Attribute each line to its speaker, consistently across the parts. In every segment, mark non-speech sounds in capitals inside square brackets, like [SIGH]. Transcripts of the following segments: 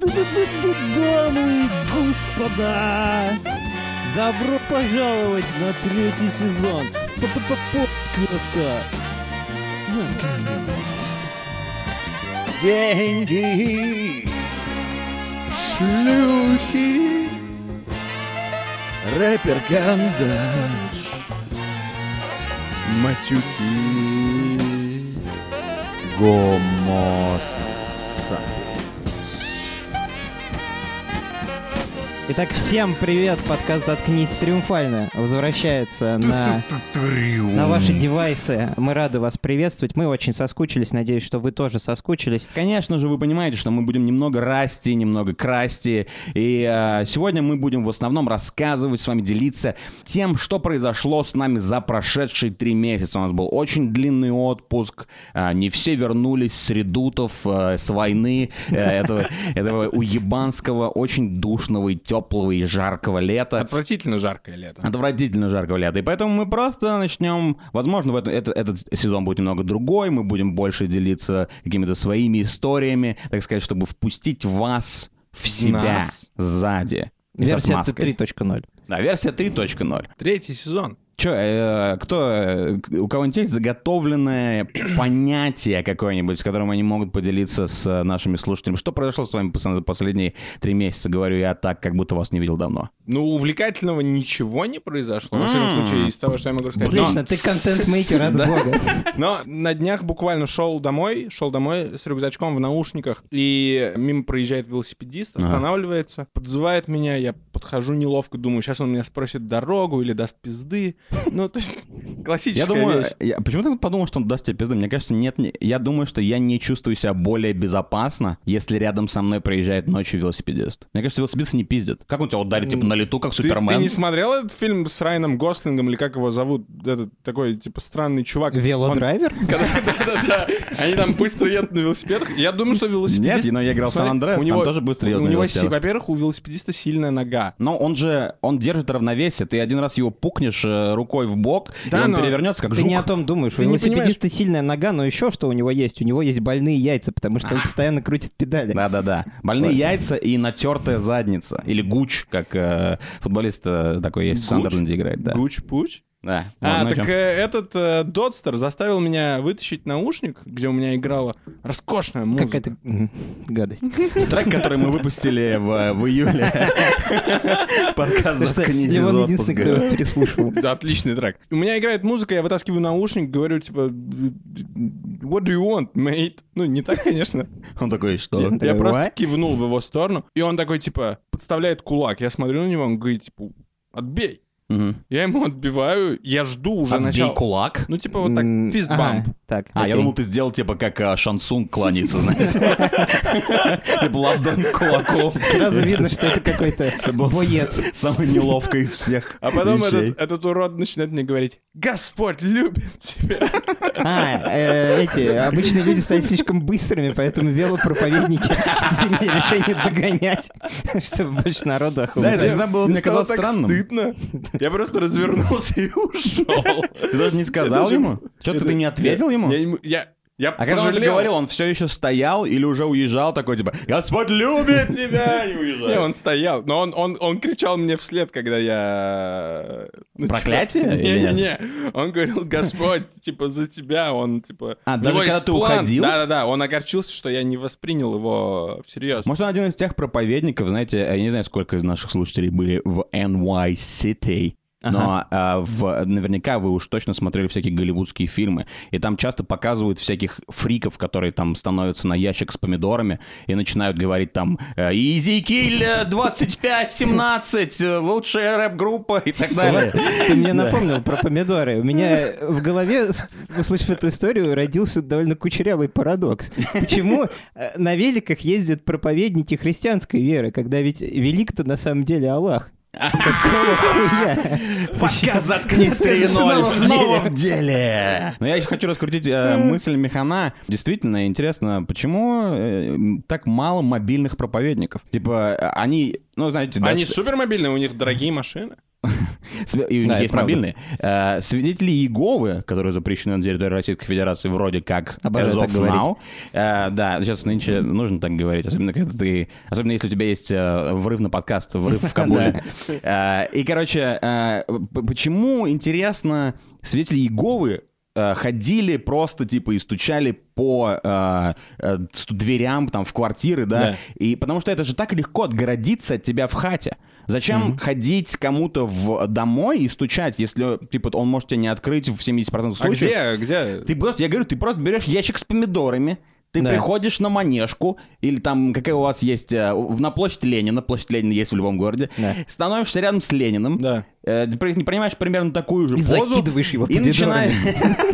Speaker 1: Дамы и господа! Добро пожаловать на третий сезон подкаста.
Speaker 2: Деньги, шлюхи, рэпер Гандаш, матюки, гомоса.
Speaker 3: Итак, всем привет! Подкаст «Заткнись триумфально» возвращается на,
Speaker 4: Ну,
Speaker 3: на ваши девайсы. Мы рады вас приветствовать. Мы очень соскучились. Надеюсь, что вы тоже соскучились.
Speaker 4: Конечно же, вы понимаете, что мы будем немного расти, немного красти. И э, сегодня мы будем в основном рассказывать с вами, делиться тем, что произошло с нами за прошедшие три месяца. У нас был очень длинный отпуск. э, не все вернулись с редутов, э, с войны, э, этого, этого уебанского, очень душного и теплого и жаркого лета.
Speaker 2: Отвратительно жаркое лето.
Speaker 4: Отвратительно жаркого лета. И поэтому мы просто начнем. Возможно, в этом, это- этот сезон будет немного другой. Мы будем больше делиться какими-то своими историями, так сказать, чтобы впустить вас в себя
Speaker 2: нас.
Speaker 4: сзади. И со
Speaker 3: Версия
Speaker 4: смазкой.
Speaker 3: 3.0.
Speaker 4: Да, версия 3.0.
Speaker 2: Третий сезон.
Speaker 4: Че, э, кто, э, к- у кого-нибудь есть заготовленное понятие какое-нибудь, с которым они могут поделиться с э, нашими слушателями? Что произошло с вами, пацаны, за последние три месяца? Говорю я так, как будто вас не видел давно.
Speaker 2: Ну, увлекательного ничего не произошло, во всяком
Speaker 4: М.
Speaker 2: случае, из того, что я могу
Speaker 4: Ну,
Speaker 2: рассказать.
Speaker 3: Отлично, ты контент-мейкер от бога.
Speaker 2: Но на днях буквально шел домой, шел домой с рюкзачком в наушниках, и мимо проезжает велосипедист,
Speaker 4: Ага.
Speaker 2: останавливается, подзывает меня, я подхожу неловко, думаю, сейчас он меня спросит дорогу или даст пизды. Ну, то есть [LAUGHS]
Speaker 4: Я
Speaker 2: классическая
Speaker 4: думаю,
Speaker 2: вещь.
Speaker 4: я- почему ты подумал, что он даст тебе пизды? Мне кажется, нет, не- я думаю, что я не чувствую себя более безопасно, если рядом со мной проезжает ночью велосипедист. Мне кажется, велосипедисты не пиздят. Как он тебя ударит, типа, на лету, как
Speaker 2: Ты, ты
Speaker 4: Супермен?
Speaker 2: не смотрел этот фильм с Райаном Гослингом или как его зовут? Этот такой, типа, странный чувак. Он-
Speaker 3: Велодрайвер?
Speaker 2: [LAUGHS] Да-да-да. Они там быстро едут на велосипедах. Я думаю, что велосипедист...
Speaker 4: Нет, но я играл в
Speaker 2: Смотри,
Speaker 4: Сан-Андреас,
Speaker 2: у
Speaker 4: там
Speaker 2: него-
Speaker 4: тоже быстро едут
Speaker 2: У
Speaker 4: на
Speaker 2: него, си-
Speaker 4: велосипедах.
Speaker 2: во-первых, у велосипедиста сильная нога.
Speaker 4: Но он же, он держит равновесие. Ты один раз его пукнешь э, рукой в бок,
Speaker 2: Да,
Speaker 4: и он
Speaker 2: но
Speaker 4: перевернется, как
Speaker 3: Ты
Speaker 4: жук.
Speaker 3: не о том думаешь. У
Speaker 2: Ты не
Speaker 3: велосипедиста сильная нога, но еще что у него есть? У него есть больные яйца, потому что он постоянно крутит педали.
Speaker 4: Да-да-да. Больные яйца и натертая задница. Или гуч, как э, футболист э, такой есть в
Speaker 2: Гуч?
Speaker 4: Сандерленде играет. Да.
Speaker 2: Гуч-пуч.
Speaker 4: Да. Вот,
Speaker 2: А,
Speaker 4: ну и
Speaker 2: так
Speaker 4: чё?
Speaker 2: э, этот э, Додстер заставил меня вытащить наушник, где у меня играла роскошная музыка.
Speaker 3: Какая-то м, гадость.
Speaker 4: Трек, который мы выпустили в, в июле. Подкаст
Speaker 3: Потому что
Speaker 4: «Заткнись из
Speaker 3: Леон единственный, кто
Speaker 4: отпуска».
Speaker 3: его переслушивал.
Speaker 2: Да, отличный трек. У меня играет музыка, я вытаскиваю наушник, говорю, типа, what do you want, mate? Ну, не так,
Speaker 4: [LAUGHS]
Speaker 2: конечно.
Speaker 4: Он такой,
Speaker 2: Я
Speaker 4: что?
Speaker 3: Такой,
Speaker 2: я просто
Speaker 3: «What?»
Speaker 2: кивнул в его сторону, и он такой, типа, подставляет кулак. Я смотрю на него, он говорит, типа, отбей.
Speaker 4: Мгм.
Speaker 2: Я ему отбиваю, я жду уже
Speaker 4: Отбей
Speaker 2: начала.
Speaker 4: кулак.
Speaker 2: Ну, типа, вот так,
Speaker 3: М,
Speaker 2: фистбамп.
Speaker 3: ага, Так.
Speaker 4: А, я
Speaker 3: окей.
Speaker 4: думал, ты сделал, типа, как а, Шансунг кланяется, знаешь. Типа, ладон к кулаку.
Speaker 3: Сразу видно, что это какой-то
Speaker 4: Это был
Speaker 3: боец.
Speaker 4: Самый неловкий из всех
Speaker 2: А потом
Speaker 4: вещей.
Speaker 2: этот, этот урод начинает мне говорить, Господь любит тебя.
Speaker 3: А, э, эти, обычные люди стали слишком быстрыми, поэтому велопроповедники приняли решение догонять, чтобы больше народу
Speaker 4: Да, это
Speaker 3: охуеть.
Speaker 4: всегда было, мне
Speaker 2: стало
Speaker 4: казалось,
Speaker 2: так
Speaker 4: странным. [LAUGHS]
Speaker 2: стыдно. Я просто развернулся и ушел.
Speaker 4: Ты даже не сказал
Speaker 2: даже-
Speaker 4: ему? Что
Speaker 2: Это-
Speaker 4: ты не ответил ему?
Speaker 2: Я ему- Я я
Speaker 4: А когда он это
Speaker 2: пожалел.
Speaker 4: говорил, он все еще стоял или уже уезжал такой, типа, «Господь любит тебя!» и
Speaker 2: Не,
Speaker 4: уезжал.
Speaker 2: он стоял, но он, он, он кричал мне вслед, когда я... ну, типа, [LAUGHS]
Speaker 4: Проклятие или
Speaker 2: Не-не-не, он говорил, Господь, типа, за тебя, он, типа...
Speaker 4: А,
Speaker 2: у
Speaker 4: даже
Speaker 2: него
Speaker 4: когда
Speaker 2: есть
Speaker 4: ты
Speaker 2: план.
Speaker 4: уходил?
Speaker 2: Да-да-да, он огорчился, что я не воспринял его всерьез.
Speaker 4: Может, он один из тех проповедников, знаете, я не знаю, сколько из наших слушателей были в NY City, но а, в, наверняка вы уж точно смотрели всякие голливудские фильмы, и там часто показывают всяких фриков, которые там становятся на ящик с помидорами и начинают говорить там э, «Изикиль 2517, э, лучшая рэп-группа» и так далее.
Speaker 3: Ты мне напомнил про помидоры. У меня в голове, с- услышав эту историю, родился довольно кучерявый парадокс. Почему э, на великах ездят проповедники христианской веры, когда ведь велик-то на самом деле Аллах? Какого хуя?
Speaker 4: Подкаст
Speaker 3: [LAUGHS]
Speaker 4: «Заткнись, 3.0»
Speaker 3: Снова в
Speaker 4: в деле. Но я еще хочу раскрутить э, мысль Механа. Действительно, интересно, почему э, м, так мало мобильных проповедников? Типа, э, они, ну, знаете... да,
Speaker 2: Они
Speaker 4: с-
Speaker 2: супермобильные, у них дорогие машины.
Speaker 4: Св- И у них Да, это есть правда. мобильные. Э, Свидетели Иеговы, которые запрещены на территории Российской Федерации вроде как
Speaker 3: Обожаю
Speaker 4: as
Speaker 3: так
Speaker 4: of
Speaker 3: говорить.
Speaker 4: now. Э, Да, сейчас нынче нужно так говорить, особенно когда ты... Особенно если у тебя есть э, врыв на подкаст, врыв в Кабуле. Э, И, короче, э, п- почему, интересно, свидетели Иеговы э, ходили просто типа и стучали по э, э, ст- дверям там в квартиры, да,
Speaker 2: Да.
Speaker 4: и потому что это же так легко отгородиться от тебя в хате. Зачем ходить кому-то в домой и стучать, если типа он может тебя не открыть в 70% случаев?
Speaker 2: А где, где?
Speaker 4: Ты просто, я говорю, ты просто берешь ящик с помидорами, ты
Speaker 3: Да.
Speaker 4: приходишь на манежку, или там, какая у вас есть, э, в- на площадь Ленина, площадь Ленина есть в любом городе,
Speaker 3: Да.
Speaker 4: становишься рядом с Лениным, [LAUGHS]
Speaker 2: Да.
Speaker 4: э, ты при- принимаешь примерно такую же
Speaker 3: И
Speaker 4: позу,
Speaker 3: закидываешь его
Speaker 4: и начинаешь... [LAUGHS]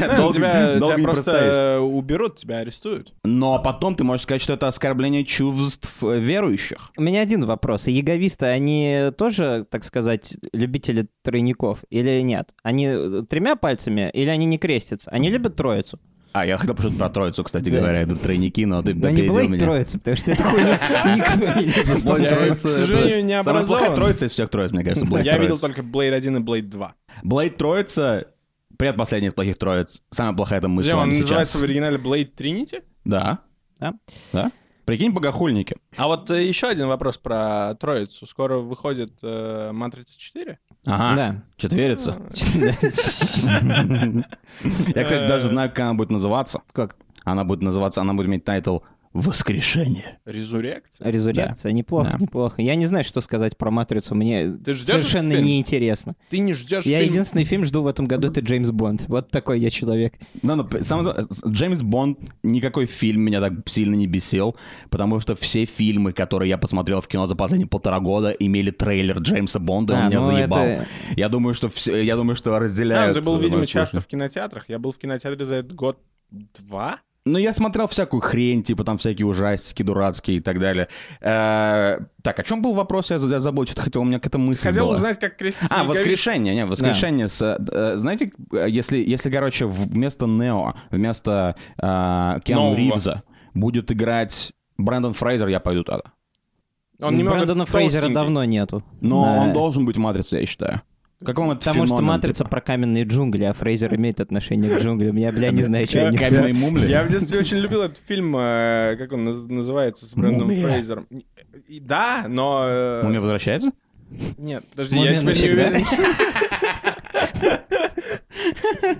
Speaker 2: Да,
Speaker 4: Долго-
Speaker 2: тебя,
Speaker 4: долго
Speaker 2: тебя
Speaker 4: не
Speaker 2: просто
Speaker 4: простоишь.
Speaker 2: э, уберут, тебя арестуют.
Speaker 4: Но потом ты можешь сказать, что это оскорбление чувств э, верующих.
Speaker 3: У меня один вопрос. Яговисты, они тоже, так сказать, любители тройников или нет? Они э, тремя пальцами или они не крестятся? Они любят троицу?
Speaker 4: А, я хотел пошутить про троицу, кстати
Speaker 3: Да.
Speaker 4: говоря, это тройники, но ты
Speaker 3: Но Ну, не
Speaker 4: опередил
Speaker 3: было
Speaker 4: меня.
Speaker 3: троица, потому что это хуйня
Speaker 2: [LAUGHS]
Speaker 3: никто не любит.
Speaker 4: Блин,
Speaker 2: Я,
Speaker 4: троица
Speaker 2: к
Speaker 4: это-
Speaker 2: сожалению, не
Speaker 4: Самая плохая
Speaker 2: образован.
Speaker 4: троица из всех троиц, мне кажется, Блэйд
Speaker 2: Я видел
Speaker 4: Троица.
Speaker 2: только Blade 1 и Blade 2.
Speaker 4: Блэйд Троица, предпоследняя из плохих троиц. Самая плохая это мы с
Speaker 2: Где он
Speaker 4: вами
Speaker 2: называется
Speaker 4: сейчас.
Speaker 2: в оригинале Blade Trinity?
Speaker 4: Да.
Speaker 3: Да.
Speaker 4: Да. Прикинь, богохульники.
Speaker 2: А вот э, еще один вопрос про Троицу. Скоро выходит э, Матрица 4. А.
Speaker 4: Ага,
Speaker 3: Да.
Speaker 4: четверица. Я, кстати, даже знаю, как она будет называться.
Speaker 3: Как?
Speaker 4: Она будет называться, она будет иметь тайтл «Воскрешение».
Speaker 2: Резурекция.
Speaker 3: Резурекция. Неплохо,
Speaker 4: Да.
Speaker 3: неплохо. Я не знаю, что сказать про «Матрицу». Мне
Speaker 2: Ты ждешь этот
Speaker 3: совершенно
Speaker 2: фильм?
Speaker 3: неинтересно.
Speaker 2: Ты не ждешь
Speaker 3: Я
Speaker 2: фильм-
Speaker 3: единственный фильм жду в этом году, это Джеймс Бонд. Вот такой я человек.
Speaker 4: Ну, ну, п- сам- с- Джеймс Бонд, никакой фильм меня так сильно не бесил, потому что все фильмы, которые я посмотрел в кино за последние полтора года, имели трейлер Джеймса Бонда, и он
Speaker 3: А,
Speaker 4: меня
Speaker 3: ну,
Speaker 4: заебал.
Speaker 3: это-
Speaker 4: Я думаю, что все, я думаю, что
Speaker 2: Да,
Speaker 4: разделяют.
Speaker 2: но ты был,
Speaker 4: э,
Speaker 2: видимо,
Speaker 4: мою
Speaker 2: часто
Speaker 4: скучность.
Speaker 2: в кинотеатрах. Я был в кинотеатре за этот год два.
Speaker 4: Ну, я смотрел всякую хрень, типа там всякие ужастики дурацкие и так далее. Э, Так, о чем был вопрос? Я за- я забыл, что-то хотел, у меня какая-то мысль
Speaker 2: Хотел
Speaker 4: была.
Speaker 2: узнать, как крестить
Speaker 4: А,
Speaker 2: Яговицу.
Speaker 4: воскрешение, не, воскрешение с, э, э, знаете, э, если, если, короче, вместо Нео, вместо э, Киану
Speaker 2: Нового.
Speaker 4: Ривза будет играть Брэндон Фрейзер, я пойду туда.
Speaker 2: Он немного
Speaker 3: Брэндона Фрейзера
Speaker 2: толстенький.
Speaker 3: давно нету.
Speaker 4: Но
Speaker 3: Да.
Speaker 4: он должен быть в Матрице, я считаю. Как вам это
Speaker 3: Потому что
Speaker 4: феномен,
Speaker 3: «Матрица» про каменные джунгли, а Фрейзер имеет отношение к джунглям. Я, бля, не знаю, что
Speaker 2: Я
Speaker 3: они
Speaker 4: типа, каменные мумли?
Speaker 2: Я в детстве очень любил этот фильм, э, как он наз- называется, с Брэндом
Speaker 4: «Мумия».
Speaker 2: Фрейзером. И- Да, но... э,
Speaker 4: Мумия возвращается?
Speaker 2: Нет, подожди,
Speaker 3: «Мумия»
Speaker 2: я теперь не
Speaker 3: навсегда.
Speaker 2: уверен.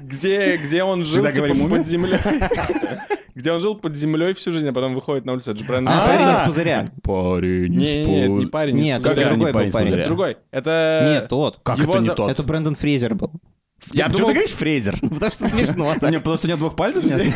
Speaker 2: Где, где он жил,
Speaker 4: Всегда
Speaker 2: типа,
Speaker 4: говорим «Мумия».
Speaker 2: под землей. Где он жил под землей всю жизнь, а потом выходит на улицу. Это же Брэндон
Speaker 3: А,
Speaker 2: Фрейзер.
Speaker 3: парень из пузыря.
Speaker 4: Парень
Speaker 2: Не, не, не, это не парень. не
Speaker 3: Нет,
Speaker 2: пузырь.
Speaker 3: это
Speaker 4: это
Speaker 3: другой
Speaker 4: не
Speaker 3: был
Speaker 4: парень с
Speaker 3: парень.
Speaker 4: пузыря?
Speaker 2: Другой. Это...
Speaker 3: Нет, тот.
Speaker 4: Как
Speaker 2: Его
Speaker 4: это не
Speaker 2: за-
Speaker 4: тот?
Speaker 3: Это Брэндон
Speaker 4: [LAUGHS]
Speaker 3: Фрейзер был.
Speaker 2: Я
Speaker 4: Почему
Speaker 2: думал-
Speaker 4: ты говоришь Фрейзер?
Speaker 3: Потому что [LAUGHS] смешно
Speaker 4: У меня просто нет двух пальцев нет?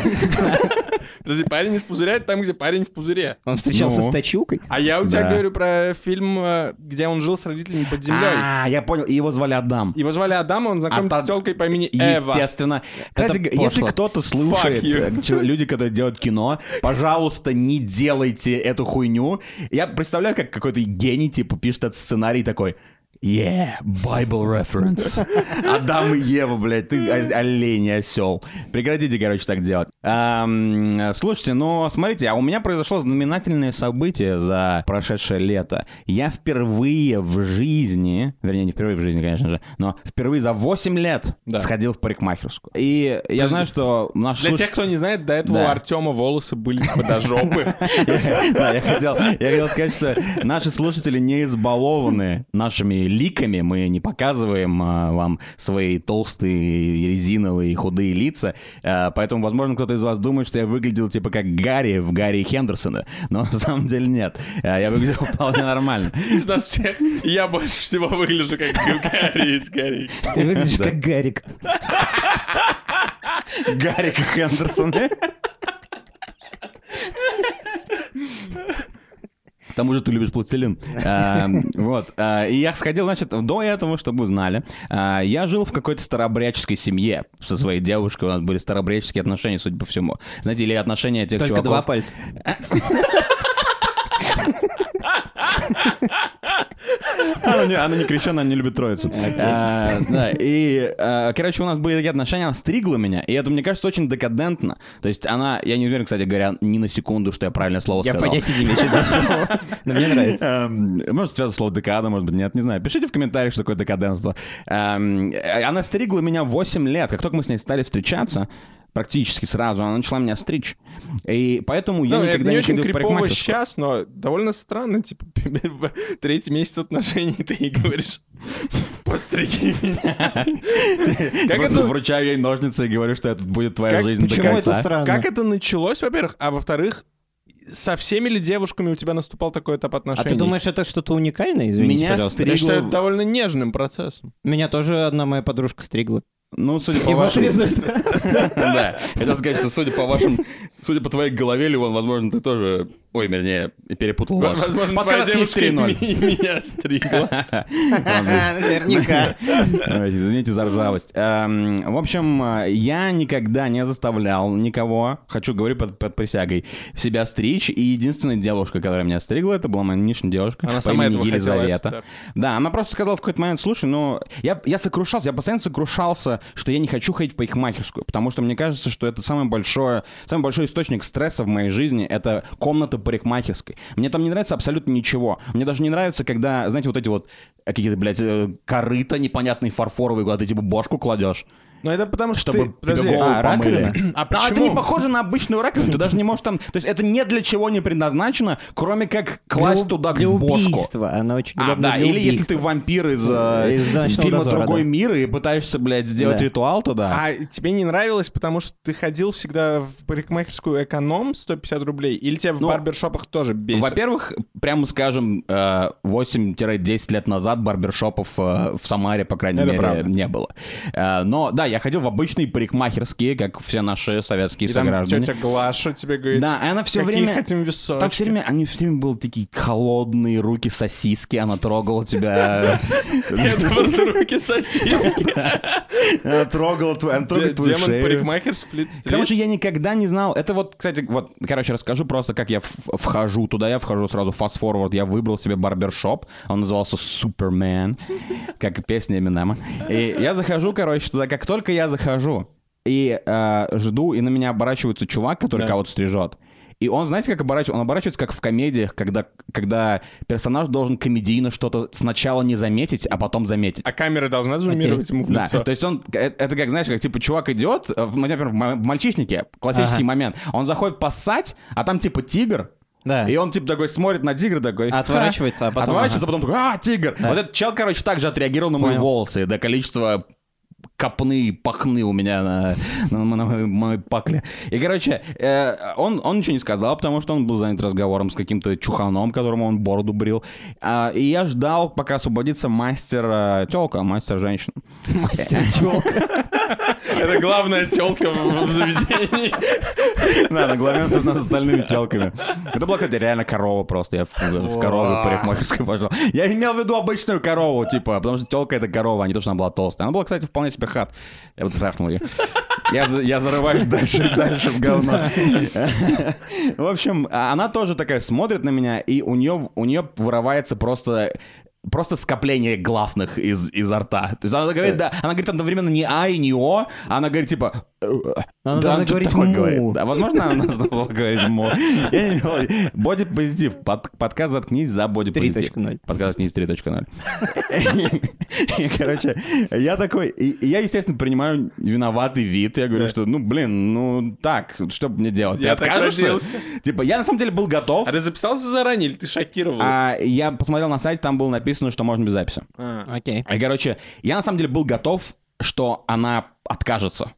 Speaker 2: Подожди, парень из пузыря, это там, где парень в пузыре.
Speaker 3: Он встречался
Speaker 4: Ну.
Speaker 3: с Тачукой.
Speaker 2: А я у тебя
Speaker 4: Да.
Speaker 2: говорю про фильм, э, где он жил с родителями под землей.
Speaker 4: А, я понял, и его звали Адам.
Speaker 2: Его звали Адам, и он знакомится
Speaker 4: А та-
Speaker 2: с телкой по имени Эва.
Speaker 4: Естественно. Кстати, г- если
Speaker 3: пошло.
Speaker 4: кто-то слушает,
Speaker 2: you.
Speaker 4: э,
Speaker 2: [LAUGHS]
Speaker 4: чел- люди, которые делают кино, пожалуйста, не делайте эту хуйню. Я представляю, как какой-то гений, типа, пишет этот сценарий такой, Yeah, Bible
Speaker 2: [LAUGHS]
Speaker 4: reference. Адам и Ева, блядь, ты о- олень и осел. Прекратите, короче, так делать. Ам, э, слушайте, ну, смотрите, а у меня произошло знаменательное событие за прошедшее лето. Я впервые в жизни, вернее, не впервые в жизни, конечно же, но впервые за 8 лет
Speaker 2: Да.
Speaker 4: сходил в парикмахерскую. И я знаю, что наш
Speaker 2: Для
Speaker 4: слушатель-
Speaker 2: тех, кто не знает, до этого
Speaker 4: Да.
Speaker 2: у Артема волосы были типа до жопы.
Speaker 4: [LAUGHS] Да, я хотел, я хотел сказать, что наши слушатели не избалованы нашими ликами. Мы не показываем а, вам свои толстые, резиновые, худые лица. Э, поэтому, возможно, кто-то из вас думает, что я выглядел типа как Гарри в Гарри Хендерсона. Но на самом деле нет. Э, я выглядел [LAUGHS] вполне нормально.
Speaker 2: Из нас всех я больше всего выгляжу как Гарри из Гарри.
Speaker 3: Ты
Speaker 4: [LAUGHS]
Speaker 3: выглядишь как Гарик.
Speaker 4: Гарик Хендерсон. К тому же ты любишь пластилин. А, Вот. а, И я сходил, значит, до этого, чтобы вы знали, а, я жил в какой-то старобряческой семье со своей девушкой. У нас были старобряческие отношения, судя по всему. Знаете, или отношения тех
Speaker 3: Только два
Speaker 4: чуваков...
Speaker 3: пальца.
Speaker 4: Она не, она не крещена, она не любит троицу. А, да, и, а, короче, у нас были такие отношения, она стригла меня, и это, мне кажется, очень декадентно. То есть она, я не уверен, кстати говоря, ни на секунду, что я правильное слово
Speaker 3: Я
Speaker 4: сказал.
Speaker 3: понятия не имею, что это за слово, но мне нравится.
Speaker 4: Эм, Может, связано слово декада, может быть, нет, не знаю. Пишите в комментариях, что такое декаденство. Эм, э, Она стригла меня 8 лет. Как только мы с ней стали встречаться, практически сразу, она начала меня стричь. И поэтому я
Speaker 2: Ну, это
Speaker 4: никогда
Speaker 2: не
Speaker 4: не
Speaker 2: очень
Speaker 4: ходил в
Speaker 2: крипово
Speaker 4: парикмахерскую.
Speaker 2: сейчас, но довольно странно, типа, [LAUGHS] третий месяц отношений ты и говоришь, постриги меня. Как
Speaker 4: Просто
Speaker 2: это,
Speaker 4: вручаю ей ножницы и говорю, что это будет твоя
Speaker 2: Как-
Speaker 4: [LAUGHS] жизнь до
Speaker 3: Почему это
Speaker 4: конца.
Speaker 3: странно? А
Speaker 2: как это началось, во-первых, а во-вторых, со всеми ли девушками у тебя наступал такой этап отношений?
Speaker 3: А ты думаешь, это что-то уникальное? Извините,
Speaker 4: Меня
Speaker 3: пожалуйста.
Speaker 4: стри-
Speaker 2: Я считаю,
Speaker 4: Стригла-
Speaker 2: это довольно нежным процессом.
Speaker 3: Меня тоже одна моя подружка стригла.
Speaker 4: Ну, судя
Speaker 2: [LAUGHS]
Speaker 4: по вашему... [LAUGHS] Да, это сказать, что судя по вашим... Судя по твоей голове, Ливон, возможно, ты тоже... Ой, вернее, перепутал вас.
Speaker 2: Возможно, твоя
Speaker 4: Подкаст
Speaker 2: девушка и [LAUGHS]
Speaker 4: 3.0.
Speaker 2: меня стригла.
Speaker 3: [LAUGHS] Наверняка.
Speaker 4: Ой,
Speaker 2: [LAUGHS]
Speaker 4: Извините за ржавость. Эм, В общем, э, я никогда не заставлял никого, хочу говорю под, под присягой, себя стричь. И единственная девушка, которая меня стригла, это была моя нынешняя девушка.
Speaker 2: Она
Speaker 4: по
Speaker 2: сама
Speaker 4: имени
Speaker 2: этого хотела,
Speaker 4: Елизавета.
Speaker 2: офицер.
Speaker 4: Да, она просто сказала в какой-то момент, слушай, ну, я, я сокрушался, я постоянно сокрушался, что я не хочу ходить в парикмахерскую, потому что мне кажется, что это самое большое, самый большой источник стресса в моей жизни, это комната парикмахерской. Мне там не нравится абсолютно ничего. Мне даже не нравится, когда, знаете, вот эти вот э, какие-то, блядь, э, корыта непонятные фарфоровые, куда ты типа бошку кладешь,
Speaker 2: Но Ну, это потому, что
Speaker 4: чтобы
Speaker 2: ты... подожди,
Speaker 4: тебе голову
Speaker 3: [CLEARS THROAT] а,
Speaker 4: помыли.
Speaker 3: раковина?
Speaker 2: А
Speaker 4: А это
Speaker 2: почему?
Speaker 4: не похоже на обычную раковину, ты даже не можешь там... То есть это ни для чего не предназначено, кроме как класть
Speaker 3: Для у-
Speaker 4: туда
Speaker 3: Для
Speaker 4: бошку.
Speaker 3: убийства. Она очень
Speaker 4: А,
Speaker 3: удобна
Speaker 4: да,
Speaker 3: для
Speaker 4: или если
Speaker 3: убийства.
Speaker 4: ты вампир из, э,
Speaker 3: Из «Ночного
Speaker 4: фильма
Speaker 3: дозора»,
Speaker 4: «Другой
Speaker 3: да.
Speaker 4: мир» и пытаешься, блядь, сделать
Speaker 3: Да.
Speaker 4: ритуал туда.
Speaker 2: А тебе не нравилось, потому что ты ходил всегда в парикмахерскую эконом 150 рублей? Или тебя в
Speaker 4: Ну,
Speaker 2: барбершопах тоже бесит?
Speaker 4: Во-первых, прямо скажем, э, 8-10 лет назад барбершопов э, в Самаре, по крайней
Speaker 2: Это
Speaker 4: мере,
Speaker 2: правда.
Speaker 4: не было. Э, Но да, я ходил в обычные парикмахерские, как все наши советские
Speaker 2: И там
Speaker 4: сограждане.
Speaker 2: тетя Глаша тебе говорит,
Speaker 4: Да, и она все
Speaker 2: какие
Speaker 4: время...
Speaker 2: хотим весочки.
Speaker 4: Там все время, они все время были такие холодные руки сосиски, она трогала тебя,
Speaker 2: руки [LAUGHS] сосиски.
Speaker 4: она трогала твою, она трогает твою
Speaker 2: Демон
Speaker 4: шею.
Speaker 2: парикмахер сплит стрит.
Speaker 4: Короче, я никогда не знал. Это вот, кстати, вот, короче, расскажу просто, как я в- вхожу туда. Я вхожу сразу в Fast Forward. Я выбрал себе барбершоп. Он назывался Superman, [LAUGHS] как и песня Эминема. И я захожу, короче, туда. Как только я захожу и э, жду, и на меня оборачивается чувак, который кого-то стрижет. И он, знаете, как оборачивается? Он оборачивается, как в комедиях, когда, когда персонаж должен комедийно что-то сначала не заметить, а потом заметить.
Speaker 2: А камера должна зумировать ему в
Speaker 4: Да,
Speaker 2: лицо?
Speaker 4: то есть он, э- это как, знаешь, как типа чувак идет, э, в, ну, например, в м- в «Мальчишнике», классический
Speaker 3: Ага.
Speaker 4: момент, он заходит поссать, а там типа тигр,
Speaker 3: Да.
Speaker 4: и он типа такой смотрит на тигра такой...
Speaker 3: А отворачивается, а потом,
Speaker 4: Отворачивается, а потом такой, а, тигр! Вот этот чел, короче, также отреагировал на мои
Speaker 3: Понял.
Speaker 4: волосы, до количества копны, пахны у меня на, на, на моей, моей пакле. И, короче, э, он, он ничего не сказал, потому что он был занят разговором с каким-то чуханом, которому он бороду брил. А, и я ждал, пока освободится мастер э, телка, мастер женщина.
Speaker 3: [LAUGHS]
Speaker 2: Это главная телка в в заведении. [LAUGHS]
Speaker 4: Да, на главенство над остальными телками. Это была, кстати, реально корова просто. Я в, в корову парикмахерскую пошел. Я имел в виду обычную корову, типа, потому что телка это корова, а не то, что она была толстая. Она была, кстати, вполне себе хат. Я вот трахнул ее. Я, за- я зарываюсь
Speaker 3: [LAUGHS]
Speaker 4: дальше и дальше в говно. В общем, а она тоже такая смотрит на меня, и у нее, у нее вырывается просто просто скопление гласных из, изо рта. То есть она
Speaker 3: Э.
Speaker 4: говорит, да, она говорит одновременно не а и не о, а она говорит типа... «Э, э».
Speaker 3: Она
Speaker 4: Да,
Speaker 3: должна
Speaker 4: что-то
Speaker 3: говорить
Speaker 4: такое
Speaker 3: «му».
Speaker 4: говорит. Да, А возможно, она должна была говорить му. Я не знаю. Бодипозитив. Под- Подкаст «Заткнись» за бодипозитив.
Speaker 3: 3.0.
Speaker 4: Подкаст «Заткнись» 3.0. [LAUGHS] И, Короче, я такой... и- и Я, естественно, принимаю виноватый вид. Я говорю, что, ну, блин, ну, так, что мне делать? Ты
Speaker 2: Я так
Speaker 4: откажешься?
Speaker 2: родился.
Speaker 4: Типа, я на самом деле был готов.
Speaker 2: А ты записался заранее или ты шокировал?
Speaker 4: А я посмотрел на сайте, там было написано, что можно без записи.
Speaker 2: А.
Speaker 3: Окей.
Speaker 4: И, короче, я на самом деле был готов, что она откажется.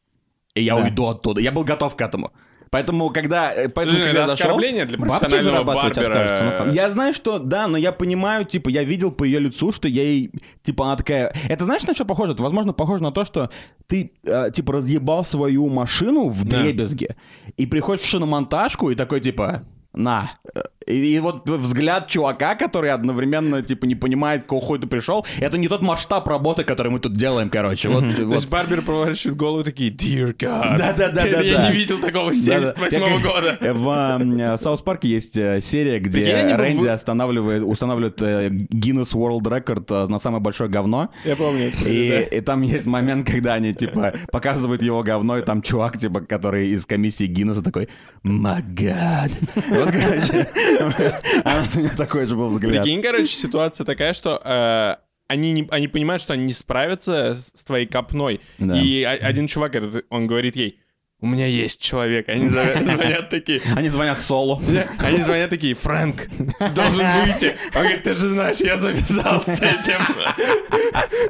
Speaker 4: И я уйду оттуда. Я был готов к этому. Поэтому, когда... э, Поэтому,
Speaker 2: Подожди,
Speaker 4: когда
Speaker 2: это
Speaker 4: зашел-
Speaker 2: оскорбление для
Speaker 4: Бабки
Speaker 2: профессионального
Speaker 4: зарабатывать
Speaker 2: барбера.
Speaker 4: откажется, ну как? Я знаю, что да, но я понимаю, типа, я видел по ее лицу, что я ей, типа, она такая... Это знаешь, на что похоже? Это, возможно, похоже на то, что ты, э, типа, разъебал свою машину в
Speaker 2: Да.
Speaker 4: дребезге и приходишь в шиномонтажку и такой, типа, на, э, И, и вот взгляд чувака, который одновременно, типа, не понимает, какого хуя ты пришел, это не тот масштаб работы, который мы тут делаем, короче. Вот,
Speaker 2: [LAUGHS] То
Speaker 4: вот.
Speaker 2: есть Барбер поворачивает голову такие, Dear God.
Speaker 4: Да-да-да-да-да.
Speaker 2: Я- Я не видел такого с
Speaker 4: Да-да.
Speaker 2: 78
Speaker 4: Я
Speaker 2: года.
Speaker 4: [LAUGHS] В м, э, Саус Парке есть э, серия,
Speaker 2: Так я
Speaker 4: где
Speaker 2: не был-
Speaker 4: Рэнди останавливает, устанавливает э, Guinness World Record э, на самое большое
Speaker 2: [LAUGHS]
Speaker 4: говно.
Speaker 2: Я помню.
Speaker 4: И, и там есть момент, когда они, типа, показывают его говно, и там чувак, типа, который из комиссии Гиннесса такой «My God». Вот, короче, [LAUGHS] а у меня такой же был взгляд.
Speaker 2: Прикинь, короче, ситуация такая, что э, они, не, они понимают, что они не справятся с, с твоей копной.
Speaker 4: Да.
Speaker 2: И о- один чувак, этот, он говорит ей, у меня есть человек. Они
Speaker 4: [LAUGHS]
Speaker 2: зов- звонят такие.
Speaker 4: Они звонят Солу.
Speaker 2: Они звонят такие, Фрэнк, ты должен выйти. Он говорит, ты же знаешь, я завязал с этим.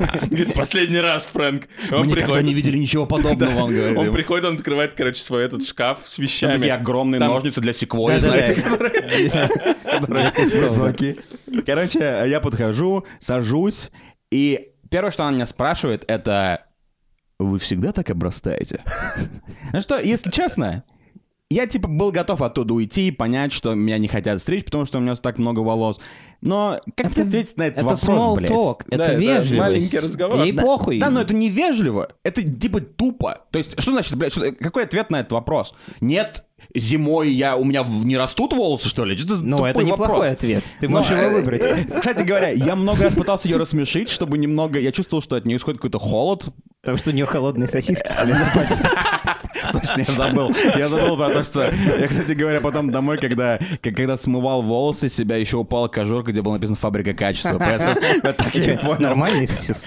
Speaker 2: [LAUGHS] Говорит, последний раз, Фрэнк. И
Speaker 4: Мы
Speaker 2: Он
Speaker 4: никогда не
Speaker 2: приходит,
Speaker 4: видели ничего подобного,
Speaker 2: [LAUGHS]
Speaker 4: он говорит.
Speaker 2: он
Speaker 4: ему.
Speaker 2: приходит, он открывает, короче, свой этот шкаф с
Speaker 4: Там такие
Speaker 2: вещами.
Speaker 4: огромные
Speaker 2: Там-
Speaker 4: ножницы для секвой,
Speaker 3: Да-да-да. [LAUGHS]
Speaker 4: знаете, которые- которые высокие. Короче, я подхожу, сажусь, и первое, что она меня спрашивает, это «Вы всегда так обрастаете?» [LAUGHS] Ну что, если честно, я, типа, был готов оттуда уйти и понять, что меня не хотят встреч, потому что у меня так много волос. Но как мне ответить на этот
Speaker 3: Это
Speaker 4: вопрос,
Speaker 3: small
Speaker 4: блядь?
Speaker 3: talk, это
Speaker 2: Да, это
Speaker 3: вежливость.
Speaker 2: маленький разговор.
Speaker 3: Ей
Speaker 4: Да.
Speaker 3: похуй.
Speaker 4: Да, но это невежливо. Это типа тупо. То есть, что значит, блядь, что- какой ответ на этот вопрос? Нет, зимой я, у меня в- не растут волосы, что ли? Это
Speaker 3: Ну,
Speaker 4: тупой
Speaker 3: это неплохой
Speaker 4: вопрос.
Speaker 3: ответ. Ты
Speaker 4: Но,
Speaker 3: можешь его
Speaker 4: э,
Speaker 3: выбрать. [LAUGHS]
Speaker 4: Кстати говоря, я много раз пытался ее рассмешить, чтобы немного... Я чувствовал, что от нее исходит какой-то холод. [LAUGHS]
Speaker 3: Потому что у нее холодные [LAUGHS] сосиски.
Speaker 4: Точно, я забыл. Я забыл про то, что... Я, кстати говоря, потом домой, когда, к- когда смывал волосы, с себя еще упала кожурка, где было написано «Фабрика качества». Поэтому я так и не понял.
Speaker 3: Нормальные сосиски.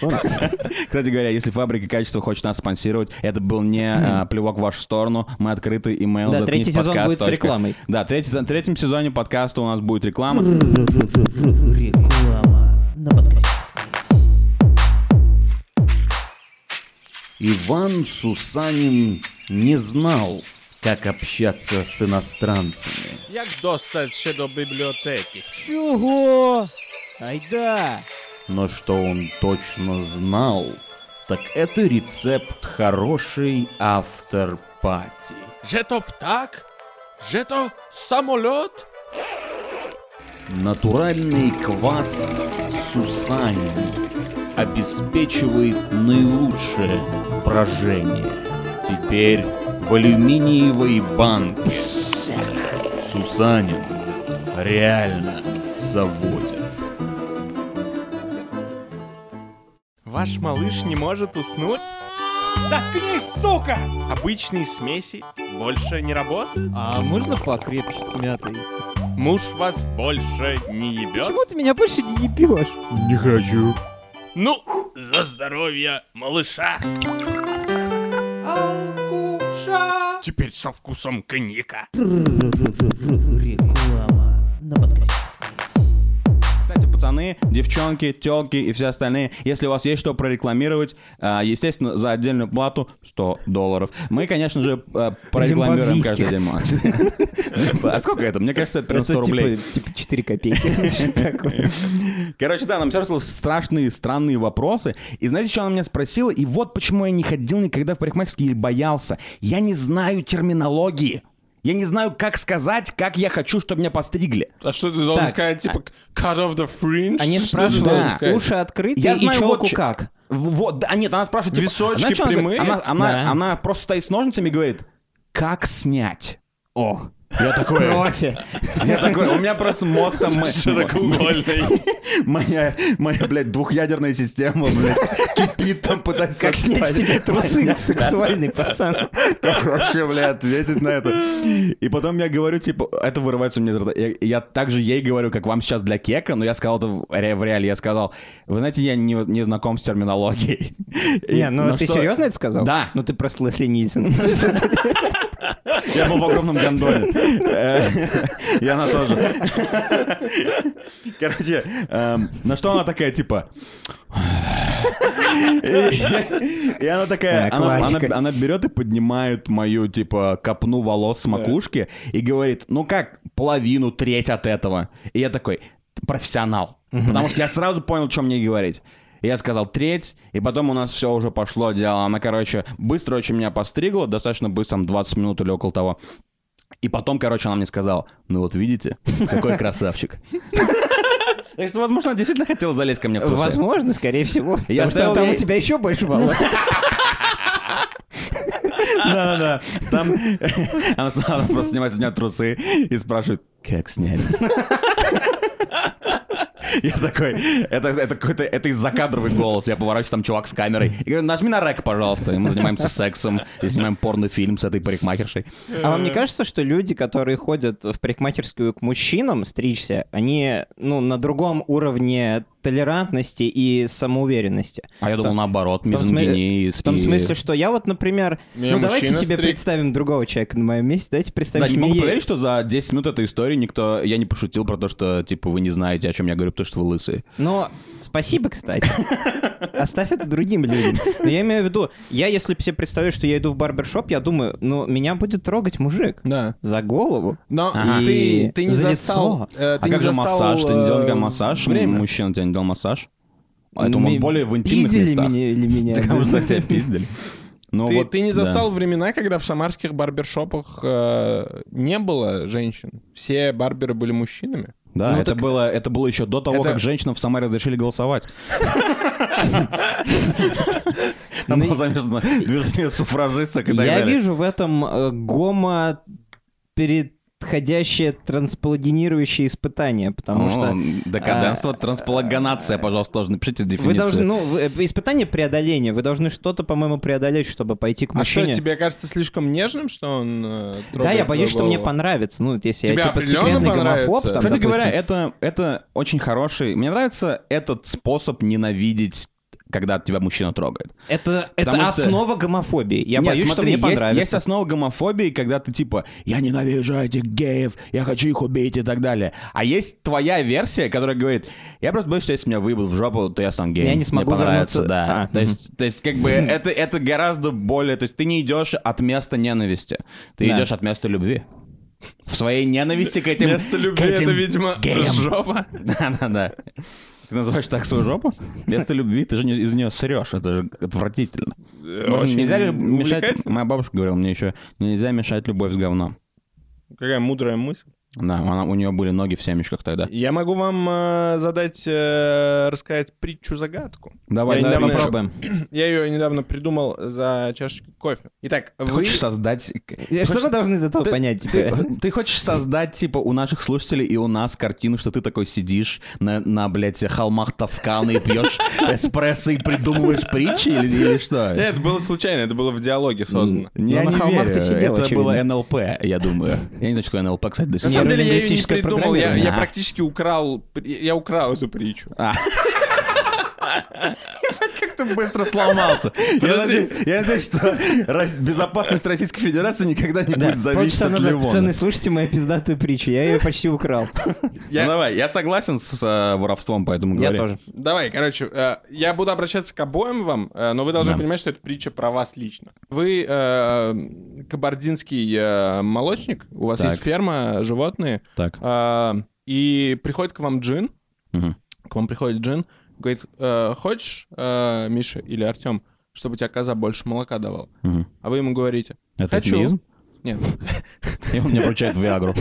Speaker 4: Кстати говоря, если фабрика качества хочет нас спонсировать, это был не э, плевок в вашу сторону. Мы открыты email.
Speaker 3: Да, третий сезон
Speaker 4: заткнись,
Speaker 3: будет с
Speaker 4: подкаст.
Speaker 3: рекламой.
Speaker 4: Да, третий, сезон- в третьем сезоне подкаста у нас будет реклама.
Speaker 5: Реклама на подкасте.
Speaker 4: Иван Сусанин не знал, как общаться с иностранцами.
Speaker 2: Як достать ще до библиотеки?
Speaker 3: Чего? Айда.
Speaker 4: Но что он точно знал, так это рецепт хорошей автор-пати.
Speaker 2: Же то птак? Же то самолет?
Speaker 4: Натуральный квас Сусанин обеспечивает наилучшее брожение. Теперь в алюминиевой банке Сусанин реально заводит.
Speaker 2: Ваш малыш не может уснуть?
Speaker 5: Заткнись, сука!
Speaker 2: Обычные смеси больше не работают?
Speaker 3: А можно покрепче с мятой?
Speaker 2: Муж вас больше не ебет?
Speaker 3: Почему ты меня больше не ебешь?
Speaker 4: Не хочу.
Speaker 2: Ну, за здоровье малыша! Теперь со вкусом коньяка.
Speaker 5: Реклама на подкасте.
Speaker 4: Кстати, пацаны, девчонки, телки и все остальные, если у вас есть что прорекламировать, а, естественно, за отдельную плату 100 долларов. Мы, конечно же, а, прорекламируем каждый
Speaker 3: Зимбабвийских.
Speaker 4: дерьмо.
Speaker 3: [LAUGHS]
Speaker 4: А сколько это? Мне кажется, это прям 100
Speaker 3: Это типа,
Speaker 4: рублей.
Speaker 3: типа 4 [LAUGHS] копейки. Что такое?
Speaker 4: Короче, да, нам сразу страшные, странные вопросы. И знаете, что она меня спросила? И вот почему я не ходил никогда в парикмахерские или боялся. Я не знаю терминологии. Я не знаю, как сказать, как я хочу, чтобы меня постригли.
Speaker 2: А что ты должен
Speaker 3: Так,
Speaker 2: сказать, типа, cut off the fringe?
Speaker 3: Они
Speaker 2: Что ты должен
Speaker 3: спрашивают,
Speaker 2: сказать?
Speaker 3: уши открыты
Speaker 4: Я
Speaker 3: и
Speaker 4: знаю,
Speaker 3: челку
Speaker 4: вот чё-
Speaker 3: [LAUGHS] как?
Speaker 4: В- Вот, да, а нет, она спрашивает... типа,
Speaker 2: Височки
Speaker 4: знаешь, что она говорит?
Speaker 2: прямые?
Speaker 4: Она, она-
Speaker 3: Да.
Speaker 4: она просто стоит с ножницами и говорит, как снять?
Speaker 3: О,
Speaker 4: Я такой,
Speaker 3: кофе.
Speaker 4: я такой, у меня просто мозг
Speaker 3: [LAUGHS]
Speaker 4: там... мы-
Speaker 2: Широкоугольный.
Speaker 4: Моя, моя, блядь, двухъядерная система, блядь, кипит там, пытается...
Speaker 3: Как снять с
Speaker 4: отстать.
Speaker 3: тебя трусы, сексуальный пацан?
Speaker 4: Как [LAUGHS] вообще, бля, ответить на это? И потом я говорю, типа, это вырывается у меня из рта. Я, я также ей говорю, как вам сейчас для кека, но я сказал это в, ре- в реале. Я сказал, вы знаете, я не, не знаком с терминологией. И-
Speaker 3: Не, ну
Speaker 4: но
Speaker 3: ты
Speaker 4: что-
Speaker 3: серьезно это сказал?
Speaker 4: Да.
Speaker 3: Ну ты просто Лесли [LAUGHS] Нильсон.
Speaker 4: Я был в огромном гондоле. Э, [LAUGHS] И она тоже. Короче, эм, на что она такая, типа... [LAUGHS] И и она такая,
Speaker 3: Да,
Speaker 4: она, она,
Speaker 3: классика.
Speaker 4: она берет и поднимает мою, типа, копну волос с макушки и говорит, ну как, половину, треть от этого. И я такой, профессионал. Потому что я сразу понял, что мне говорить. И Я сказал треть, и потом у нас все уже пошло дело. Она, короче, быстро очень меня постригла, достаточно быстро, там 20 минут или около того. И потом, короче, она мне сказала, ну вот видите, какой красавчик. Так что, возможно, она действительно хотела залезть ко мне в трусы.
Speaker 3: Возможно, скорее всего.
Speaker 4: Я
Speaker 3: Я
Speaker 4: оставил
Speaker 3: что там
Speaker 4: ей-
Speaker 3: у тебя еще [LAUGHS] больше волос.
Speaker 4: Да-да-да. Там она сначала просто снимает с меня трусы и спрашивает, как снять? Я такой, это, это какой-то, это из закадровый голос. Я поворачиваюсь, там чувак с камерой. И говорю, нажми на рек, пожалуйста. И мы занимаемся сексом и снимаем порнофильм с этой парикмахершей.
Speaker 3: А
Speaker 4: Э.
Speaker 3: вам не кажется, что люди, которые ходят в парикмахерскую к мужчинам стричься, они ну, на другом уровне толерантности и самоуверенности?
Speaker 4: А я думал,
Speaker 3: Там-
Speaker 4: наоборот,
Speaker 3: в том смы-
Speaker 4: мизангинист.
Speaker 3: В том
Speaker 4: и-
Speaker 3: смысле, что я вот, например...
Speaker 2: Не,
Speaker 3: ну, давайте
Speaker 2: мужчина
Speaker 3: себе
Speaker 2: стриг.
Speaker 3: представим другого человека на моем месте. Давайте представим,
Speaker 4: Да, не
Speaker 3: что
Speaker 4: могу
Speaker 3: мне-
Speaker 4: поверить, что за 10 минут этой истории никто... Я не пошутил про то, что, типа, вы не знаете, о чем я говорю, потому что вы лысые.
Speaker 3: Но спасибо, кстати. Оставь это другим людям. Но я имею в виду, я если б себе представлю, что я иду в барбершоп, я думаю, ну, меня будет трогать мужик.
Speaker 2: Да.
Speaker 3: За голову.
Speaker 2: Но
Speaker 4: Ага.
Speaker 2: ты, ты не
Speaker 3: За
Speaker 2: застал...
Speaker 3: лицо.
Speaker 2: э, ты
Speaker 4: а
Speaker 2: не
Speaker 4: как же
Speaker 2: застал,
Speaker 4: массаж? Ты не делал никогда
Speaker 2: э,
Speaker 4: массаж?
Speaker 2: время.
Speaker 4: Мужчина тебя не делал массаж? А я думаю,
Speaker 3: Ми-
Speaker 4: он более в интимных
Speaker 3: пиздили
Speaker 4: местах. [LAUGHS]
Speaker 3: меня- или меня?
Speaker 4: Так, а может, на
Speaker 3: [LAUGHS]
Speaker 4: тебя пиздили. Ну
Speaker 2: Ты,
Speaker 4: вот,
Speaker 2: ты не
Speaker 4: да.
Speaker 2: застал времена, когда в самарских барбершопах э, не было женщин? Все барберы были мужчинами?
Speaker 4: Да,
Speaker 2: Ну,
Speaker 4: это,
Speaker 2: так-
Speaker 4: было, это было еще до того,
Speaker 2: Это-
Speaker 4: как женщинам в Самаре разрешили
Speaker 2: [LAUGHS]
Speaker 4: голосовать. Там
Speaker 3: Ну,
Speaker 4: было
Speaker 3: [LAUGHS]
Speaker 4: замешано движение суфражисток и так
Speaker 3: Я
Speaker 4: далее.
Speaker 3: вижу в этом э, гомо переходящее трансплодинирующее испытание, потому
Speaker 4: О,
Speaker 3: что а,
Speaker 4: Декаденство, трансполагонация, пожалуйста, тоже напишите
Speaker 3: вы должны,
Speaker 4: дефиницию.
Speaker 3: ну, вы- э, испытание преодоления, вы должны что-то, по-моему, преодолеть, чтобы пойти к
Speaker 2: А что,
Speaker 3: мужчине.
Speaker 2: тебе кажется слишком нежным, что он э, трогает
Speaker 3: Да, я боюсь, что
Speaker 2: твою
Speaker 3: мне
Speaker 2: голову? понравится.
Speaker 3: понравится. Ну, вот если
Speaker 2: Тебе
Speaker 3: я типа
Speaker 2: определенно
Speaker 3: секретный
Speaker 2: понравится?
Speaker 3: гомофоб, там,
Speaker 4: Кстати
Speaker 3: допустим.
Speaker 4: говоря, э, это, это очень хороший... Мне нравится этот способ ненавидеть когда тебя мужчина трогает.
Speaker 3: это, это
Speaker 4: потому что-
Speaker 3: основа гомофобии. Я
Speaker 4: Нет,
Speaker 3: боюсь,
Speaker 4: смотри,
Speaker 3: что мне
Speaker 4: есть,
Speaker 3: понравится.
Speaker 4: есть основа гомофобии, когда ты типа «я ненавижу этих геев, я хочу их убить» и так далее. А есть твоя версия, которая говорит «я просто боюсь, что если меня выебут в жопу, то я стану геем».
Speaker 3: Я не смогу
Speaker 4: Мне понравится,
Speaker 3: вернуться».
Speaker 4: да.
Speaker 3: А,
Speaker 4: то, есть, то есть как
Speaker 3: [LAUGHS]
Speaker 4: бы это, это гораздо более... То есть ты не идешь от места ненависти, ты
Speaker 3: Да.
Speaker 4: идешь от места любви. В своей ненависти к этим
Speaker 2: Место любви —
Speaker 4: к этим
Speaker 2: это, видимо,
Speaker 4: геям.
Speaker 2: жопа.
Speaker 4: [LAUGHS] Да-да-да. Ты называешь так свою жопу? Место любви, ты же не- из нее срешь, это же отвратительно. Можно-
Speaker 2: Э, Очень
Speaker 4: нельзя ли мешать...
Speaker 2: увлекательно.
Speaker 4: Моя бабушка говорила мне еще, нельзя мешать любовь с говном.
Speaker 2: Какая мудрая мысль.
Speaker 4: Да, она, у нее были ноги в семечках тогда.
Speaker 2: Я могу вам э, задать, э, рассказать притчу-загадку.
Speaker 4: Давай,
Speaker 2: Я
Speaker 4: давай
Speaker 2: недавно-
Speaker 4: попробуем.
Speaker 2: Я ее недавно придумал за чашечкой кофе. Итак,
Speaker 4: Ты
Speaker 2: вы...
Speaker 4: хочешь создать...
Speaker 3: Э, Что мы должны из этого
Speaker 4: Ты-
Speaker 3: понять типа? теперь?
Speaker 4: Ты,
Speaker 2: [LAUGHS]
Speaker 4: [LAUGHS] ты хочешь создать, типа, у наших слушателей и у нас картину, что ты такой сидишь на, на блядь, холмах Тосканы и пьешь
Speaker 2: [LAUGHS]
Speaker 4: эспрессо и придумываешь притчи или, или что?
Speaker 2: Нет, это было случайно, это было в диалоге создано.
Speaker 4: Не,
Speaker 3: Но
Speaker 4: я
Speaker 3: на
Speaker 4: не
Speaker 3: холмах ты
Speaker 4: верю.
Speaker 3: сидел,
Speaker 4: Это
Speaker 3: очевидно.
Speaker 4: было НЛП, я думаю. Я не знаю, что такое НЛП, кстати, до
Speaker 2: На
Speaker 4: сих пор.
Speaker 2: самом деле я ее не
Speaker 3: Нейролингвистическое
Speaker 2: придумал, я, я
Speaker 4: программирование.
Speaker 2: практически украл, при- я украл эту притчу.
Speaker 4: Как ты быстро сломался. Я надеюсь, я надеюсь, что раз- безопасность Российской Федерации никогда не
Speaker 3: Да,
Speaker 4: будет зависеть
Speaker 3: полчаса
Speaker 4: от
Speaker 3: назад, пацаны,
Speaker 4: Ливона.
Speaker 3: слушайте мою пиздатую притчу. Я ее почти украл.
Speaker 4: [LAUGHS]
Speaker 2: Я-
Speaker 4: Ну давай, я согласен с э, воровством, поэтому
Speaker 3: Я
Speaker 4: говорю.
Speaker 3: тоже.
Speaker 2: Давай, короче, э, я буду обращаться к обоим вам, э, но вы должны
Speaker 4: Да.
Speaker 2: понимать, что это притча про вас лично. Вы э, кабардинский э, молочник, у вас
Speaker 4: Так.
Speaker 2: есть ферма, животные,
Speaker 4: Так.
Speaker 2: э, и приходит к вам джин,
Speaker 4: Мгм.
Speaker 2: к вам приходит джин, говорит, «Э, хочешь, э, Миша или Артем, чтобы у тебя коза больше молока давала?
Speaker 4: Мгм.
Speaker 2: А вы ему говорите,
Speaker 4: Это
Speaker 3: [LAUGHS]
Speaker 2: хочу.
Speaker 4: оптимизм.
Speaker 2: Нет.
Speaker 4: И он мне вручает Виагру.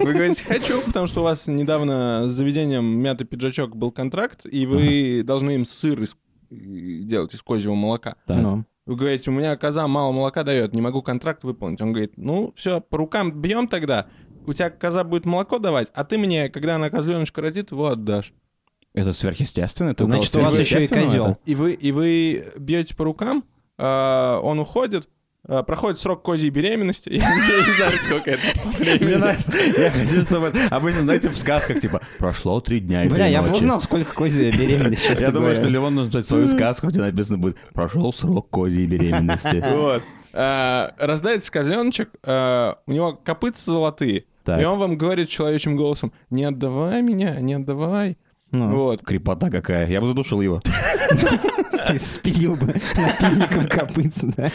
Speaker 2: Вы говорите «хочу», потому что у вас недавно с заведением «Мятый пиджачок» был контракт, и вы должны им сыр из- и делать из козьего молока.
Speaker 4: Так.
Speaker 3: Ну.
Speaker 2: Вы говорите, у меня коза мало молока дает, не могу контракт выполнить. Он говорит, ну все, по рукам бьем тогда, у тебя коза будет молоко давать, а ты мне, когда она козленочка родит, его отдашь.
Speaker 4: Это сверхъестественно. это
Speaker 3: Значит,
Speaker 4: было
Speaker 3: у вас еще и
Speaker 4: сверхъестественного
Speaker 3: козел.
Speaker 2: И вы, и вы бьете по рукам, а, он уходит, а, проходит срок козьей беременности, [LAUGHS] я не знаю, сколько это по
Speaker 4: это? Мне
Speaker 2: времени.
Speaker 4: нравится. Я хочу, чтобы... Обычно, знаете, в сказках, типа, прошло три дня и
Speaker 3: Бля,
Speaker 4: три
Speaker 3: я бы
Speaker 4: ночи».
Speaker 3: узнал, сколько козы беременность, честно
Speaker 4: Я думаю,
Speaker 3: говоря.
Speaker 4: что Леон нужно написать свою сказку, где написано будет «Прошел срок козьей
Speaker 3: [LAUGHS]
Speaker 4: беременности».
Speaker 2: Вот. А, Рождается козленочек, а, у него копытца золотые,
Speaker 4: Так.
Speaker 2: и он вам говорит человечьим голосом, не отдавай меня, не отдавай.
Speaker 3: Ну.
Speaker 2: Вот.
Speaker 4: Крепота какая. Я бы задушил его.
Speaker 3: И спилил бы напильником копытца, да.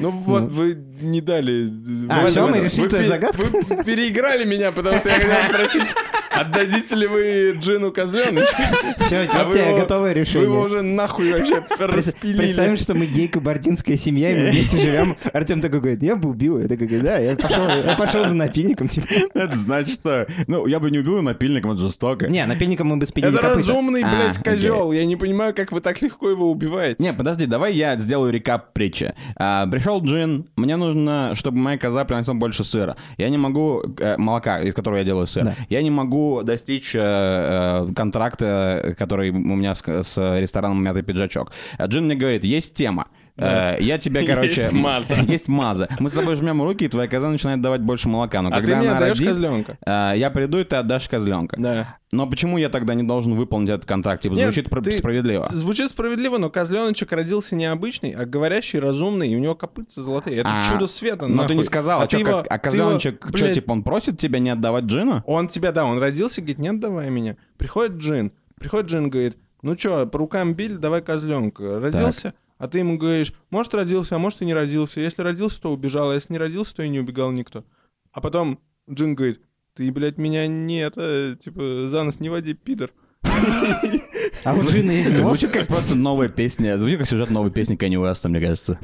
Speaker 2: Ну вот, вы не дали...
Speaker 3: А,
Speaker 2: Вы-
Speaker 3: всё, мы
Speaker 2: вы-
Speaker 3: решили
Speaker 2: вы
Speaker 3: твою
Speaker 2: пе-
Speaker 3: загадку?
Speaker 2: Вы переиграли меня, потому что я хотел спросить, Отдадите ли вы Джину козленочка?
Speaker 3: Все,
Speaker 2: А
Speaker 3: вот
Speaker 2: вы
Speaker 3: тебе
Speaker 2: его-
Speaker 3: готовое
Speaker 2: Вы его
Speaker 3: решение.
Speaker 2: уже нахуй вообще
Speaker 3: Прис-
Speaker 2: распилили.
Speaker 3: Представим, что мы гей-кабардинская семья, и мы вместе живем. Артем такой говорит, я бы убил. Я такой, да, я пошел, я пошел за напильником. типа.
Speaker 4: Это значит, что... Ну, я бы не убил его напильником, это жестоко.
Speaker 3: Не, напильником мы бы спилили
Speaker 2: Это
Speaker 3: копыта.
Speaker 2: разумный,
Speaker 4: А,
Speaker 2: блядь,
Speaker 4: окей.
Speaker 2: козел. Я не понимаю, как вы так легко его убиваете.
Speaker 4: Не, подожди, давай я сделаю рекап притчи. А, пришел джин, мне нужно, чтобы моя коза принесла больше сыра. Я не могу... э, молока, из которого я делаю сыр.
Speaker 3: Да.
Speaker 4: Я не могу достичь э, э, контракта, который у меня с, с рестораном «Мятый пиджачок». А Джин мне говорит, есть тема. Э, Я тебе,
Speaker 2: [LAUGHS] Есть
Speaker 4: короче...
Speaker 2: маза.
Speaker 4: [LAUGHS] Есть маза. Мы с тобой жмем руки, и твоя коза начинает давать больше молока. Но
Speaker 2: А ты
Speaker 4: когда
Speaker 2: мне
Speaker 4: она
Speaker 2: отдаешь
Speaker 4: родит,
Speaker 2: козленка.
Speaker 4: э, я приду, и ты отдашь козленка.
Speaker 2: Да.
Speaker 4: Но почему я тогда не должен выполнить этот контракт? Типа,
Speaker 2: Нет,
Speaker 4: звучит про-
Speaker 2: ты-
Speaker 4: справедливо.
Speaker 2: Звучит справедливо, но козленочек родился не обычный, а говорящий, разумный, и у него копытца золотые. Это
Speaker 4: А,
Speaker 2: чудо света,
Speaker 4: Но ты
Speaker 2: нахуй.
Speaker 4: не сказал, а,
Speaker 2: ты
Speaker 4: чё,
Speaker 2: его-
Speaker 4: как- а
Speaker 2: ты его,
Speaker 4: козленочек, что,
Speaker 2: блядь,
Speaker 4: типа, он просит тебя не отдавать Джина?
Speaker 2: Он тебя, да, он родился, говорит, нет, давай меня. Приходит Джин, приходит Джин, говорит, ну чё, по рукам били, давай козленка. Родился, а ты ему говоришь, может родился, а может и не родился. Если родился, то убежал, а если не родился, то и не убегал никто. А потом Джин говорит, ты, блядь, меня не это, типа, за нос не води, пидор.
Speaker 3: А вот Джина есть нос.
Speaker 4: Звучит как просто новая песня, звучит как сюжет новой песни Кенни Уэста, мне кажется.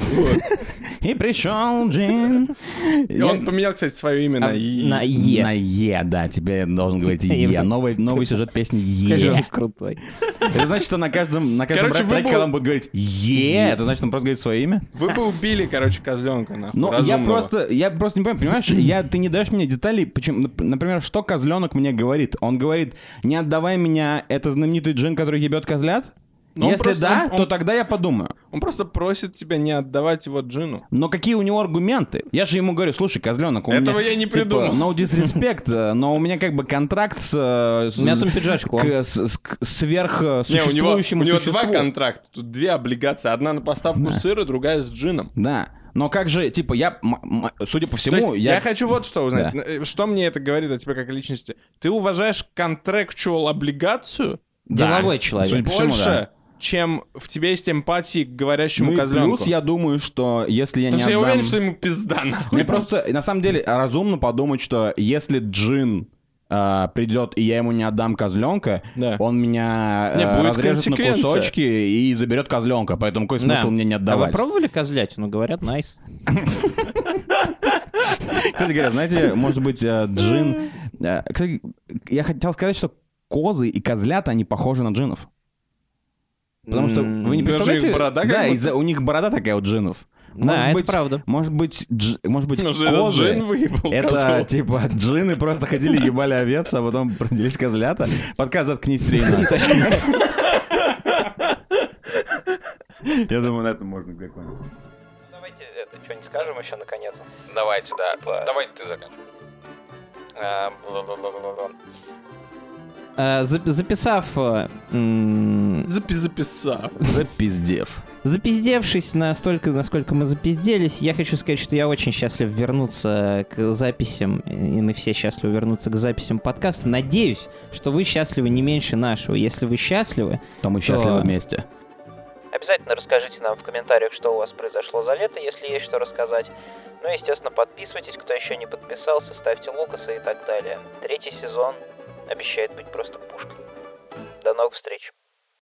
Speaker 4: И пришел Джин.
Speaker 2: И он поменял, кстати, свое имя на И.
Speaker 3: на Е.
Speaker 4: А На Е, да, теперь я должен говорить Е.
Speaker 3: Е.
Speaker 4: Новый, новый сюжет песни
Speaker 3: Какой же он
Speaker 4: Е.
Speaker 3: крутой.
Speaker 4: Это значит, что на каждом, на каждом
Speaker 2: Короче,
Speaker 4: рэп
Speaker 2: вы
Speaker 4: треке,
Speaker 2: бы-
Speaker 4: когда он будет говорить Е, это значит, он просто говорит свое имя?
Speaker 2: Вы бы убили, короче, козленка, нахуй.
Speaker 4: Ну, я
Speaker 2: разумного.
Speaker 4: просто, я просто не понимаю,
Speaker 2: [CLEARS THROAT]
Speaker 4: понимаешь, я, ты не даешь мне деталей, почему, нап- например, что козленок мне говорит? Он говорит, не отдавай меня, это знаменитый джин, который ебет козлят?
Speaker 2: Ну, он
Speaker 4: Если
Speaker 2: просто-
Speaker 4: да,
Speaker 2: он- он-
Speaker 4: то тогда я подумаю.
Speaker 2: Он просто просит тебя не отдавать его Джину.
Speaker 4: Но какие у него аргументы? Я же ему говорю, слушай, козленок, у меня,
Speaker 2: Этого я не
Speaker 4: типа,
Speaker 2: придумал.
Speaker 4: No disrespect, э, но у меня как бы контракт с... э, с-
Speaker 3: Мятым пиджачком.
Speaker 4: к- с- с- к
Speaker 2: Не, у него, у
Speaker 4: сверхсуществующему
Speaker 2: него
Speaker 4: существу.
Speaker 2: два контракта, тут две облигации. Одна на поставку сыра, другая с джином.
Speaker 4: Да. Но как же, типа, я, м- м- судя по
Speaker 2: То
Speaker 4: всему,
Speaker 2: есть я...
Speaker 4: я...
Speaker 2: хочу вот что узнать. Э, Что мне это говорит о тебе как о личности? Ты уважаешь контрактуал облигацию
Speaker 4: Да.
Speaker 3: Деловой человек.
Speaker 4: Судя по всему,
Speaker 2: больше,
Speaker 4: да.
Speaker 2: чем в тебе есть эмпатии к говорящему
Speaker 4: Ну и
Speaker 2: козленку.
Speaker 4: плюс я думаю, что если я
Speaker 2: Потому
Speaker 4: не
Speaker 2: что я
Speaker 4: отдам...
Speaker 2: уверен, что ему пизда нахуй.
Speaker 4: Мне просто, на самом деле, разумно подумать, что если Джин э, придет, и я ему не отдам козленка,
Speaker 2: Да.
Speaker 4: он меня э,
Speaker 2: Не, будет
Speaker 4: разрежет на
Speaker 2: консеквенция.
Speaker 4: кусочки и заберет козленка, поэтому какой смысл мне не
Speaker 3: А вы
Speaker 4: отдавать?
Speaker 3: пробовали козлятину? Говорят, найс.
Speaker 4: [LAUGHS] Кстати говоря, знаете, может быть, э, Джин... э, кстати, я хотел сказать, что козы и козлята, они похожи на джинов. Потому что вы не
Speaker 2: даже их
Speaker 4: представляете...
Speaker 2: борода как
Speaker 4: да,
Speaker 2: будто-
Speaker 4: из-за- у них борода такая у джинов.
Speaker 3: Да, это правда.
Speaker 4: Может быть, дж- может быть,
Speaker 2: Потому что этот
Speaker 4: козы-
Speaker 2: джин выебал
Speaker 4: Это
Speaker 2: козу.
Speaker 4: типа джины просто ходили, ебали овец, а потом родились козлята. Подкаст «Заткнись, Трина». Я думаю, на этом можно закончить.
Speaker 6: Давайте это что-нибудь скажем еще наконец. Давайте, да. Давай ты заканчивай. А, бла-бла-бла-бла-бла.
Speaker 3: А, за- Записав, э, м,
Speaker 2: Запи- записав.
Speaker 4: Запиздев.
Speaker 3: запиздевшись настолько, насколько мы запизделись, я хочу сказать, что я очень счастлив вернуться к записям, и мы все счастливы вернуться к записям подкаста. Надеюсь, что вы счастливы не меньше нашего. Если вы счастливы,
Speaker 4: Там А мы счастливы
Speaker 3: Да.
Speaker 4: вместе.
Speaker 6: Обязательно расскажите нам в комментариях, что у вас произошло за лето, если есть что рассказать. Ну и, естественно, подписывайтесь, кто еще не подписался, ставьте лукаса и так далее. Третий сезон обещает быть просто пушкой. До новых встреч.